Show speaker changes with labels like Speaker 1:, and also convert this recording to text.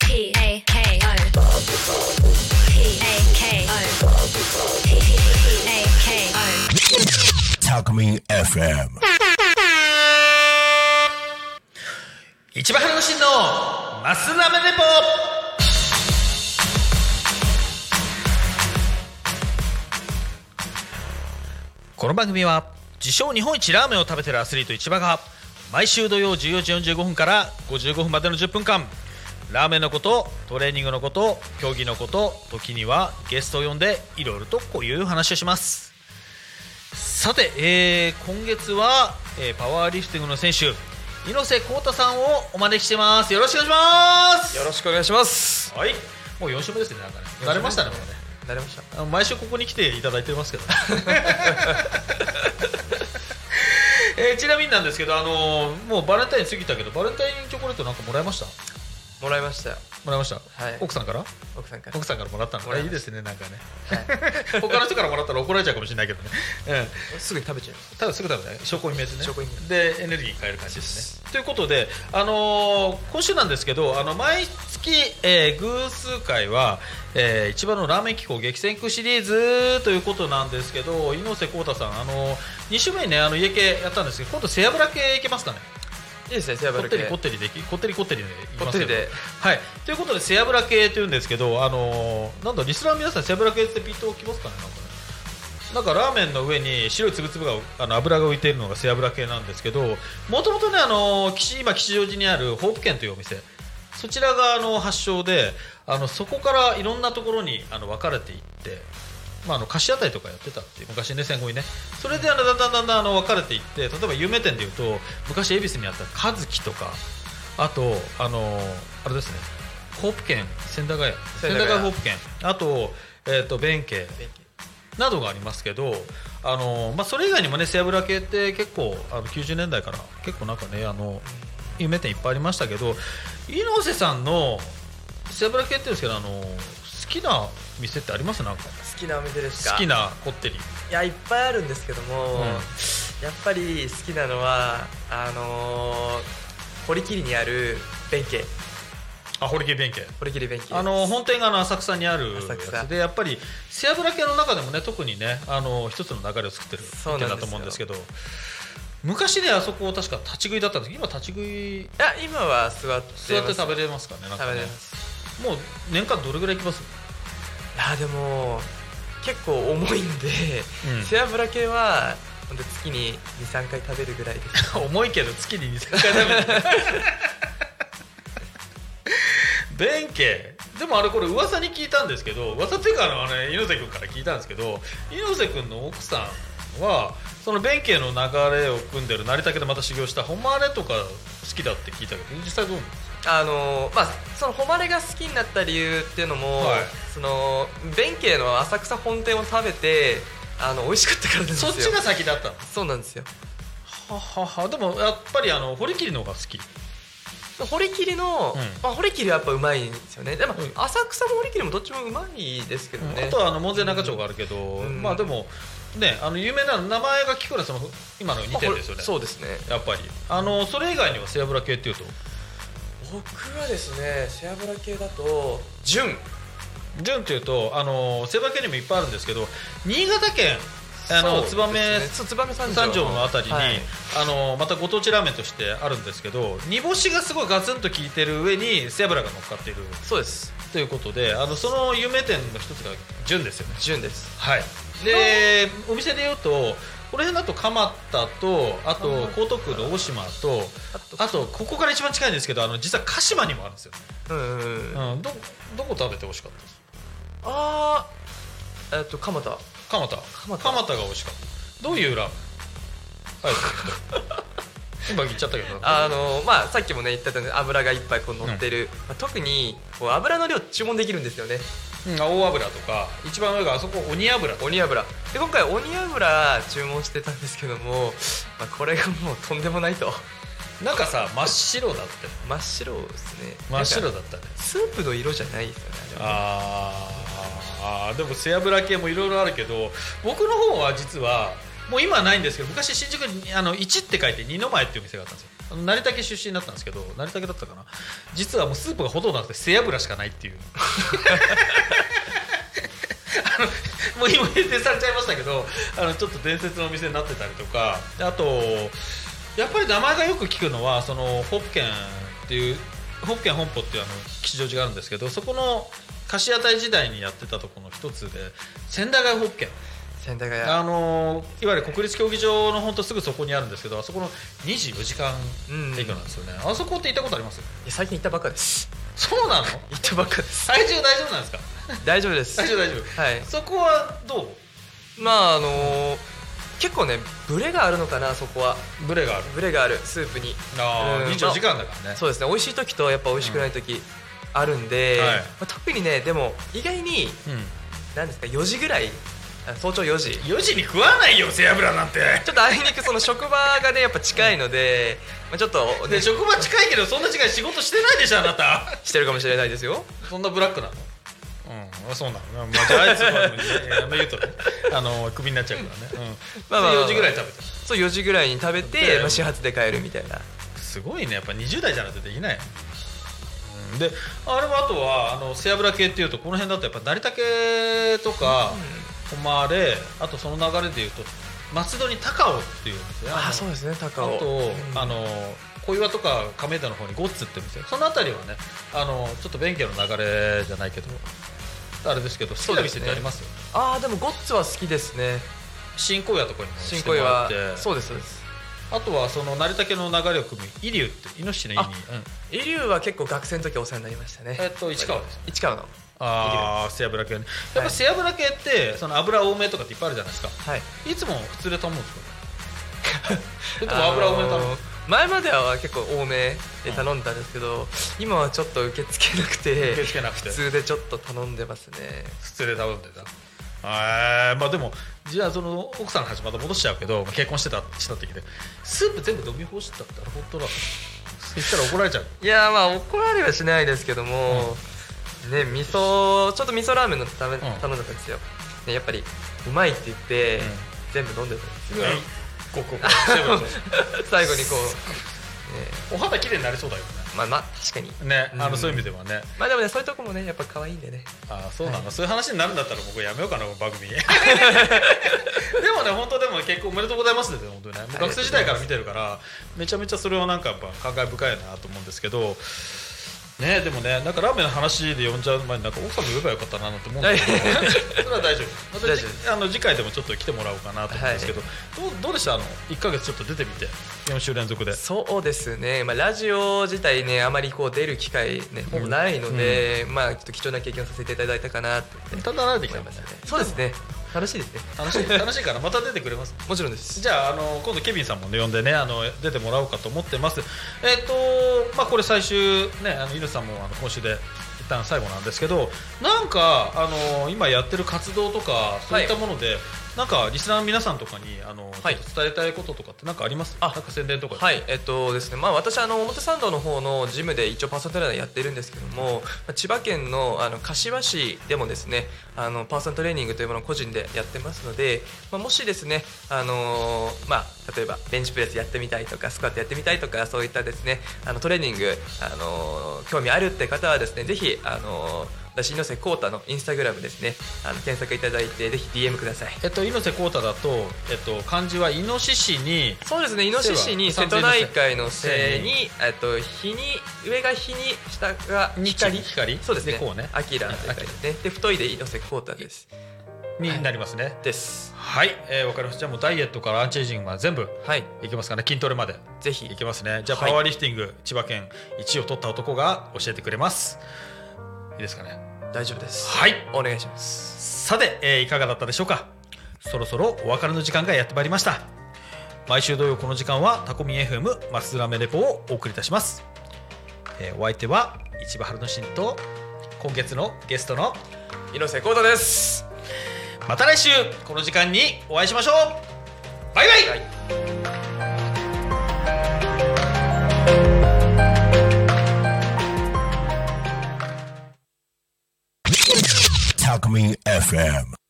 Speaker 1: P A K O. P A K O. P A K O.
Speaker 2: Talkme FM.
Speaker 3: 一番半身のマスナメレポこの番組は自称日本一ラーメンを食べてるアスリート市場が毎週土曜14時45分から55分までの10分間ラーメンのことトレーニングのこと競技のこと時にはゲストを呼んでいろいろとこういう話をしますさて、えー今月は、えーパワーリフティングの選手猪瀬幸太さんをお招きしてますよろしくお願いします
Speaker 4: よろしくお願いします。
Speaker 3: はいもう4週目ですねなんかね慣れましたねもうね
Speaker 4: 慣れました。
Speaker 3: あの毎週ここに来ていただいてますけど、 えーちなみになんですけど、あのーもうバレンタイン過ぎたけどバレンタインチョコレートなんかもらいました
Speaker 4: もらいましたよ。
Speaker 3: もらいました、
Speaker 4: はい
Speaker 3: 奥さんから
Speaker 4: 奥さんから。
Speaker 3: 奥さんからもらったの
Speaker 4: も
Speaker 3: あ
Speaker 4: らい
Speaker 3: れい
Speaker 4: ま
Speaker 3: い
Speaker 4: した
Speaker 3: ですねなんかね、
Speaker 4: は
Speaker 3: 他の人からもらったら怒られちゃうかもしれないけどね、うん、
Speaker 4: すぐに食べちゃいました
Speaker 3: ただすぐ食べない証拠隠滅ね
Speaker 4: 証拠隠滅
Speaker 3: でエネルギー変える感じですねということで、あのー今週なんですけどあの毎月、えー偶数回は、えー一番のラーメン機構激戦区シリーズということなんですけど猪瀬幸太さん、あのー、2週目にねあの家系やったんですけど今度背脂系いけますかね。
Speaker 4: いいですね、背
Speaker 3: こ
Speaker 4: 脂
Speaker 3: ってり
Speaker 4: 系。
Speaker 3: こってりできこってりこってりでいきます
Speaker 4: こってり
Speaker 3: よ
Speaker 4: で
Speaker 3: はいということで背脂系というんですけどあのーなんだリスナーの皆さん背脂系ってピントきますかねなんかねなんかラーメンの上に白いつぶつぶがあの油が浮いているのが背脂系なんですけどもともとねあのー吉今吉祥寺にあるホープ軒というお店そちらがあの発祥であのそこからいろんなところにあの分かれていって、まあ、あの貸し当たりとかやってたっていう昔ね戦後にねそれであのだんだんだんだんあの分かれていって例えば有名店でいうと昔恵比寿にあった和樹とかあとあのあれですねホープ券千駄ヶ谷
Speaker 4: 千
Speaker 3: 千
Speaker 4: 駄
Speaker 3: 駄ヶ
Speaker 4: ヶ谷
Speaker 3: 谷ホープ券あと,、えー、と弁慶などがありますけど、あのまあ、それ以外にもね背脂系って結構あの90年代から結構なんかねあの有名店いっぱいありましたけど猪瀬さんの背脂系って言うんですけどあの好きな店ってありますなんか
Speaker 4: 好きなお店ですか
Speaker 3: 好き。なこってり
Speaker 4: いや、いっぱいあるんですけども、
Speaker 3: うん
Speaker 4: やっぱり好きなのは、あのー、堀切にある弁慶。
Speaker 3: あ堀切弁慶
Speaker 4: 堀切弁慶。
Speaker 3: あの本店があの浅草にある
Speaker 4: 浅
Speaker 3: や
Speaker 4: 草
Speaker 3: つでやっぱり背脂系の中でもね特にねあの一つの流れを作ってる
Speaker 4: そう
Speaker 3: 店
Speaker 4: なんです
Speaker 3: だと
Speaker 4: よ
Speaker 3: 思うんですけど昔ねあそこ確か立ち食いだったんですけど今立ち食い
Speaker 4: いや、今は座ってます。
Speaker 3: 座って食べれますかねなんか
Speaker 4: 食べ
Speaker 3: ね
Speaker 4: れます。
Speaker 3: もう年間どれぐらい行きます
Speaker 4: いや、でも、結構重いんで、
Speaker 3: うん
Speaker 4: 背脂系は、ほんと月に2、3回食べるぐらいです。
Speaker 3: 重いけど月に23回食べる 弁慶でもあれこれ噂に聞いたんですけど噂っていうかあのあの猪瀬君から聞いたんですけど猪瀬君の奥さんはその弁慶の流れを組んでる成田家でまた修行した誉れとか好きだって聞いたけど実際どうなんですか
Speaker 4: あのまあその誉れが好きになった理由っていうのも、
Speaker 3: はい
Speaker 4: その弁慶の浅草本店を食べてあの美味しかったからなんです
Speaker 3: そ
Speaker 4: よ
Speaker 3: っちが先だったの
Speaker 4: そうなんですよ
Speaker 3: はははでもやっぱりあの堀切の方が好き
Speaker 4: 堀切の、
Speaker 3: うん
Speaker 4: まあ、堀切はやっぱうまいんですよねでも、
Speaker 3: うん
Speaker 4: 浅草も堀切もどっちもうまいですけどね、
Speaker 3: あとはあの門前仲町があるけど、
Speaker 4: ん
Speaker 3: まあでもねあの有名な名前が聞くからその今の2点ですよね、
Speaker 4: そうですね
Speaker 3: やっぱりあのそれ以外には背脂系っていうと
Speaker 4: 僕はですね背脂系だと純
Speaker 3: 純っていうとあの背脂系にもいっぱいあるんですけど新潟県あの燕
Speaker 4: 燕三条
Speaker 3: 三条のあたりに、
Speaker 4: はい
Speaker 3: あのまたご当地ラーメンとしてあるんですけど煮干しがすごいガツンと効いてる上に背脂が乗っかっている
Speaker 4: そうです
Speaker 3: ということであのその有名店の一つが純ですよね
Speaker 4: 純です
Speaker 3: はい、でお店で言うとこの辺だと蒲田とあと江東区の大島と
Speaker 4: あと
Speaker 3: あとここから一番近いんですけどあの実は鹿島にもあるんですよ、
Speaker 4: うんうんうん
Speaker 3: うん、どどこ食べて美味しかったです
Speaker 4: あーえっと蒲田
Speaker 3: 蒲田
Speaker 4: 蒲田
Speaker 3: が美味しかったどういうラーメンはい今言っちゃったけど
Speaker 4: あのまあさっきもね言ってたように油がいっぱいこう乗ってる、まあ特にこう油の量注文できるんですよね
Speaker 3: うん青油とか一番上があそこ鬼油
Speaker 4: 鬼油で今回鬼油注文してたんですけども、まあ、これがもうとんでもないと
Speaker 3: なんかさ真っ白だって
Speaker 4: 真っ白ですね
Speaker 3: 真っ白
Speaker 4: なんか
Speaker 3: だったね
Speaker 4: スープの色じゃないですよねあれは
Speaker 3: あーあーでも背脂系もいろいろあるけど僕の方は実はもう今はないんですけど昔新宿にあの1って書いて二の前っていうお店があったんですよあの成田家出身だったんですけど成田家だったかな実はもうスープがほとんどなくて背脂しかないっていうあの もう今閉店されちゃいましたけどあのちょっと伝説のお店になってたりとかであとやっぱり名前がよく聞くのはそのホッケンっていうホッケン本舗っていうあの吉祥寺があるんですけどそこの貸し屋台時代にやってたところの一つで千駄ヶ谷ホッケン
Speaker 4: 千駄ヶ谷
Speaker 3: あのいわゆる国立競技場の本当すぐそこにあるんですけどあそこの24時間営業なんですよね、あそこって行ったことあります
Speaker 4: いや最近行ったばっかです
Speaker 3: そう なの
Speaker 4: 行ったばっかです
Speaker 3: 体重大丈夫なんですか
Speaker 4: 大丈夫です
Speaker 3: 大丈夫大丈夫
Speaker 4: はい
Speaker 3: そこはど
Speaker 4: まああのー結構ねブレがあるのかなそこは
Speaker 3: うブレがある
Speaker 4: ブレがあるスープに
Speaker 3: あ
Speaker 4: うん
Speaker 3: ー24時間だからね、
Speaker 4: そうですね美味しい時とやっぱ美味しくない時あるんで、
Speaker 3: はい
Speaker 4: まあ特にねでも意外に何ですか4時ぐらいあ早朝4時ちょ
Speaker 3: うん、4時に食わないよ背脂なんて
Speaker 4: っとあいにくその職場がねやっぱ近いので、まあ、ちょっと、ね、
Speaker 3: で
Speaker 4: し
Speaker 3: 職場近いけどそんな時間仕事してないでしょあなた
Speaker 4: てるかもしれないですよ
Speaker 3: そんなブラックなのうんあ、そうなの、まあ、じゃああいつはやめ言うと ねあのクビになっちゃうからね、うん、
Speaker 4: まあまあま
Speaker 3: で
Speaker 4: あ
Speaker 3: 4時ぐらい食べて
Speaker 4: そう4時ぐらいに食べて、
Speaker 3: で
Speaker 4: まあ、始発で帰るみたいな
Speaker 3: すごいねやっぱ20代じゃないとできない、うんであれもあとはあの背脂系っていうとこの辺だとやっぱ成田系とか誉れあとその流れでいうと松戸に高尾っていうんですね
Speaker 4: あ
Speaker 3: の
Speaker 4: そうですね
Speaker 3: あ
Speaker 4: 高尾
Speaker 3: と、
Speaker 4: うん
Speaker 3: あの小岩とか亀田の方にゴッツって店その辺りはねあのちょっと弁慶の流れじゃないけどあれですけど好きな店ってありますよ
Speaker 4: あーでもゴッツは好きですね
Speaker 3: 新小岩とかにも
Speaker 4: 新
Speaker 3: しても
Speaker 4: 恋
Speaker 3: らっ
Speaker 4: は
Speaker 3: て
Speaker 4: そうですそうです
Speaker 3: あとはその成田家の流れを組むイリュウってイノシシの意味、うん
Speaker 4: イリュウは結構学生の時お世話になりましたね
Speaker 3: えっと市川です
Speaker 4: 市川の
Speaker 3: ああ背脂系ねやっぱ背脂系ってその油多めとかっていっぱいあるじゃないですか
Speaker 4: はい
Speaker 3: いつも普通で頼むんですか それとも油多めで頼む、
Speaker 4: あのー前までは結構多めで頼んだんですけど、今はちょっと受け付けなくて
Speaker 3: 受け付けなくて
Speaker 4: 普通でちょっと頼んでますね
Speaker 3: 普通で頼んでたえーまあでもじゃあその奥さんの話また戻しちゃうけど結婚してたした時でスープ全部飲み干したったら本当だ言ったら怒られちゃう
Speaker 4: いやーまあ怒られはしないですけども、ね味噌ちょっと味噌ラーメンのため、
Speaker 3: ん
Speaker 4: 頼んだんですよ、ね、やっぱりうまいって言って、
Speaker 3: うん
Speaker 4: 全部飲んでたんですよ、
Speaker 3: ここここ背脂こ
Speaker 4: 最後にこう、
Speaker 3: うお肌綺麗になりそうだよね
Speaker 4: ね、まあまあ確かに
Speaker 3: ね、あ
Speaker 4: うん
Speaker 3: のそういう意味ではね、
Speaker 4: まあでもねそういうとこもねやっぱ可愛いんでね
Speaker 3: あーそうなの、そういう話になるんだったら僕やめようかなこの番 組でもね本当でも結構おめでとうございますですよ本当にねもう学生時代から見てるからめちゃめちゃそれはなんかやっぱ感慨深いなと思うんですけどねでもねなんかラーメンの話で呼んじゃう前になんか奥さんも言えばよかったなと思うんですけど それは大丈夫また
Speaker 4: 大
Speaker 3: じ
Speaker 4: 丈
Speaker 3: あの次回でもちょっと来てもらおうかなと思うんですけど、どうどうでしたあの1か月ちょっと出てみて4週連続で
Speaker 4: そうですね、まあ、ラジオ自体ねあまりこう出る機会ねほぼないので、まあちょっと貴重な経験をさせていただいたかなって
Speaker 3: ただ慣れてき
Speaker 4: 思
Speaker 3: たも
Speaker 4: い
Speaker 3: ん
Speaker 4: ま
Speaker 3: ね
Speaker 4: すねそうですね楽しいですね
Speaker 3: 楽しい楽しいからまた出てくれます
Speaker 4: もちろんです
Speaker 3: じゃああの今度ケビンさんも、ね、呼んでねあの出てもらおうかと思ってますえっ、とまあこれ最終ねあのイルさんもあの今週で一旦最後なんですけどなんかあの今やってる活動とかそういったもので、なんかリスナーの皆さんとかにあの、
Speaker 4: はい
Speaker 3: ちょっと伝えたいこととかってなんかあります
Speaker 4: あ
Speaker 3: なんか宣伝とかで
Speaker 4: はいえっとですねまあ私あの表参道の方のジムで一応パーソナルトレーナーやってるんですけどもまあ千葉県のあの柏市でもですねあのパーソナルトレーニングというものを個人でやってますので、まあ、もしですねあのーまあ例えばベンチプレスやってみたいとかスクワットやってみたいとかそういったですねあのトレーニングあのー興味あるって方はですねぜひあのー私猪瀬浩太のインスタグラムですねあの検索いただいてぜひ DM ください
Speaker 3: えっと猪瀬浩太だとえっと漢字はイノシシに
Speaker 4: そうですね、イノシシに
Speaker 3: 背は
Speaker 4: 瀬戸内海のせいに、えっと、日に、上が日に、下が光。
Speaker 3: 光
Speaker 4: そうですね。
Speaker 3: でこうね
Speaker 4: アキラという感じですね。で、太いで猪瀬浩太です。
Speaker 3: になりますね
Speaker 4: です。
Speaker 3: はいわ、えーわかりましたじゃあもうダイエットからアンチエイジングまで全部
Speaker 4: はい。
Speaker 3: いけますかね筋トレまで
Speaker 4: ぜひ
Speaker 3: い。けますねじゃあ
Speaker 4: は
Speaker 3: パ
Speaker 4: い
Speaker 3: ワーリフティング、千葉県1位を取った男が教えてくれますいいですかね
Speaker 4: 大丈夫です。
Speaker 3: はい
Speaker 4: お願いします。
Speaker 3: さて、えーいかがだったでしょうかそろそろお別れの時間がやってまいりました毎週土曜この時間はタコミン FM 松浦メレポをお送りいたします、えーお相手は市場春之進と今月のゲストの
Speaker 4: 猪瀬浩太です。
Speaker 3: また来週この時間にお会いしましょうバイバイ、
Speaker 4: はい
Speaker 2: タコミン FM